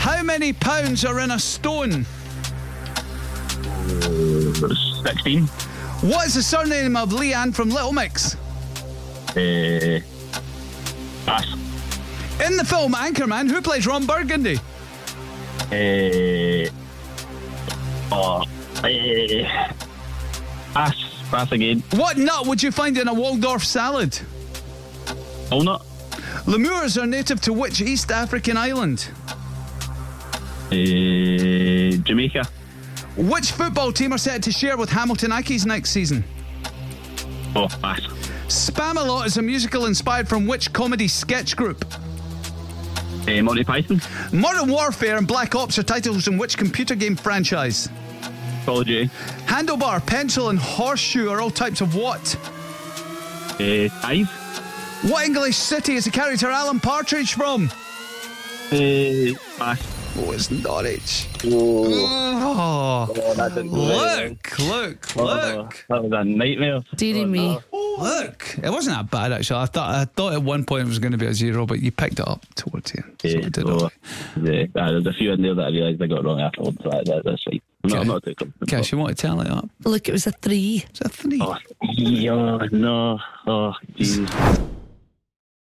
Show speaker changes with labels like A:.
A: How many pounds are in a stone?
B: 16.
A: What is the surname of Leanne from Little Mix?
B: Uh, pass.
A: In the film Anchorman, who plays Ron Burgundy?
B: Uh, oh, uh, pass. Pass again.
A: What nut would you find in a Waldorf salad?
B: Walnut.
A: Lemurs are native to which East African island?
B: Uh, Jamaica.
A: Which football team are set to share with Hamilton Accies next season?
B: Oh, pass.
A: Spamalot is a musical inspired from which comedy sketch group?
B: Uh, Monty Python.
A: Modern Warfare and Black Ops are titles in which computer game franchise?
B: Call of Duty.
A: Handlebar, pencil, and horseshoe are all types of what?
B: Uh, ties.
A: What English city is the character Alan Partridge from?
B: Uh, pass.
A: Oh, it's Norwich.
B: Oh,
A: Oh,
B: that didn't go very
A: look, look,
B: well.
A: look,
B: Oh, that was a nightmare.
C: Dearie me.
A: look. It wasn't that bad actually. I thought I thought at one point it was going to be a zero, but you picked it up towards the end. So we
B: Yeah,
A: did
B: so,
A: all right.
B: Eh, oh, yeah, uh, there's a few in there that I realised I got wrong afterwards. so That, that, that's fine. I'm not, I'm not too comfortable.
A: Cash, you want to tally it up?
C: Look, it was a three.
A: It's a three.
B: Oh, yeah, no. Oh, jeez.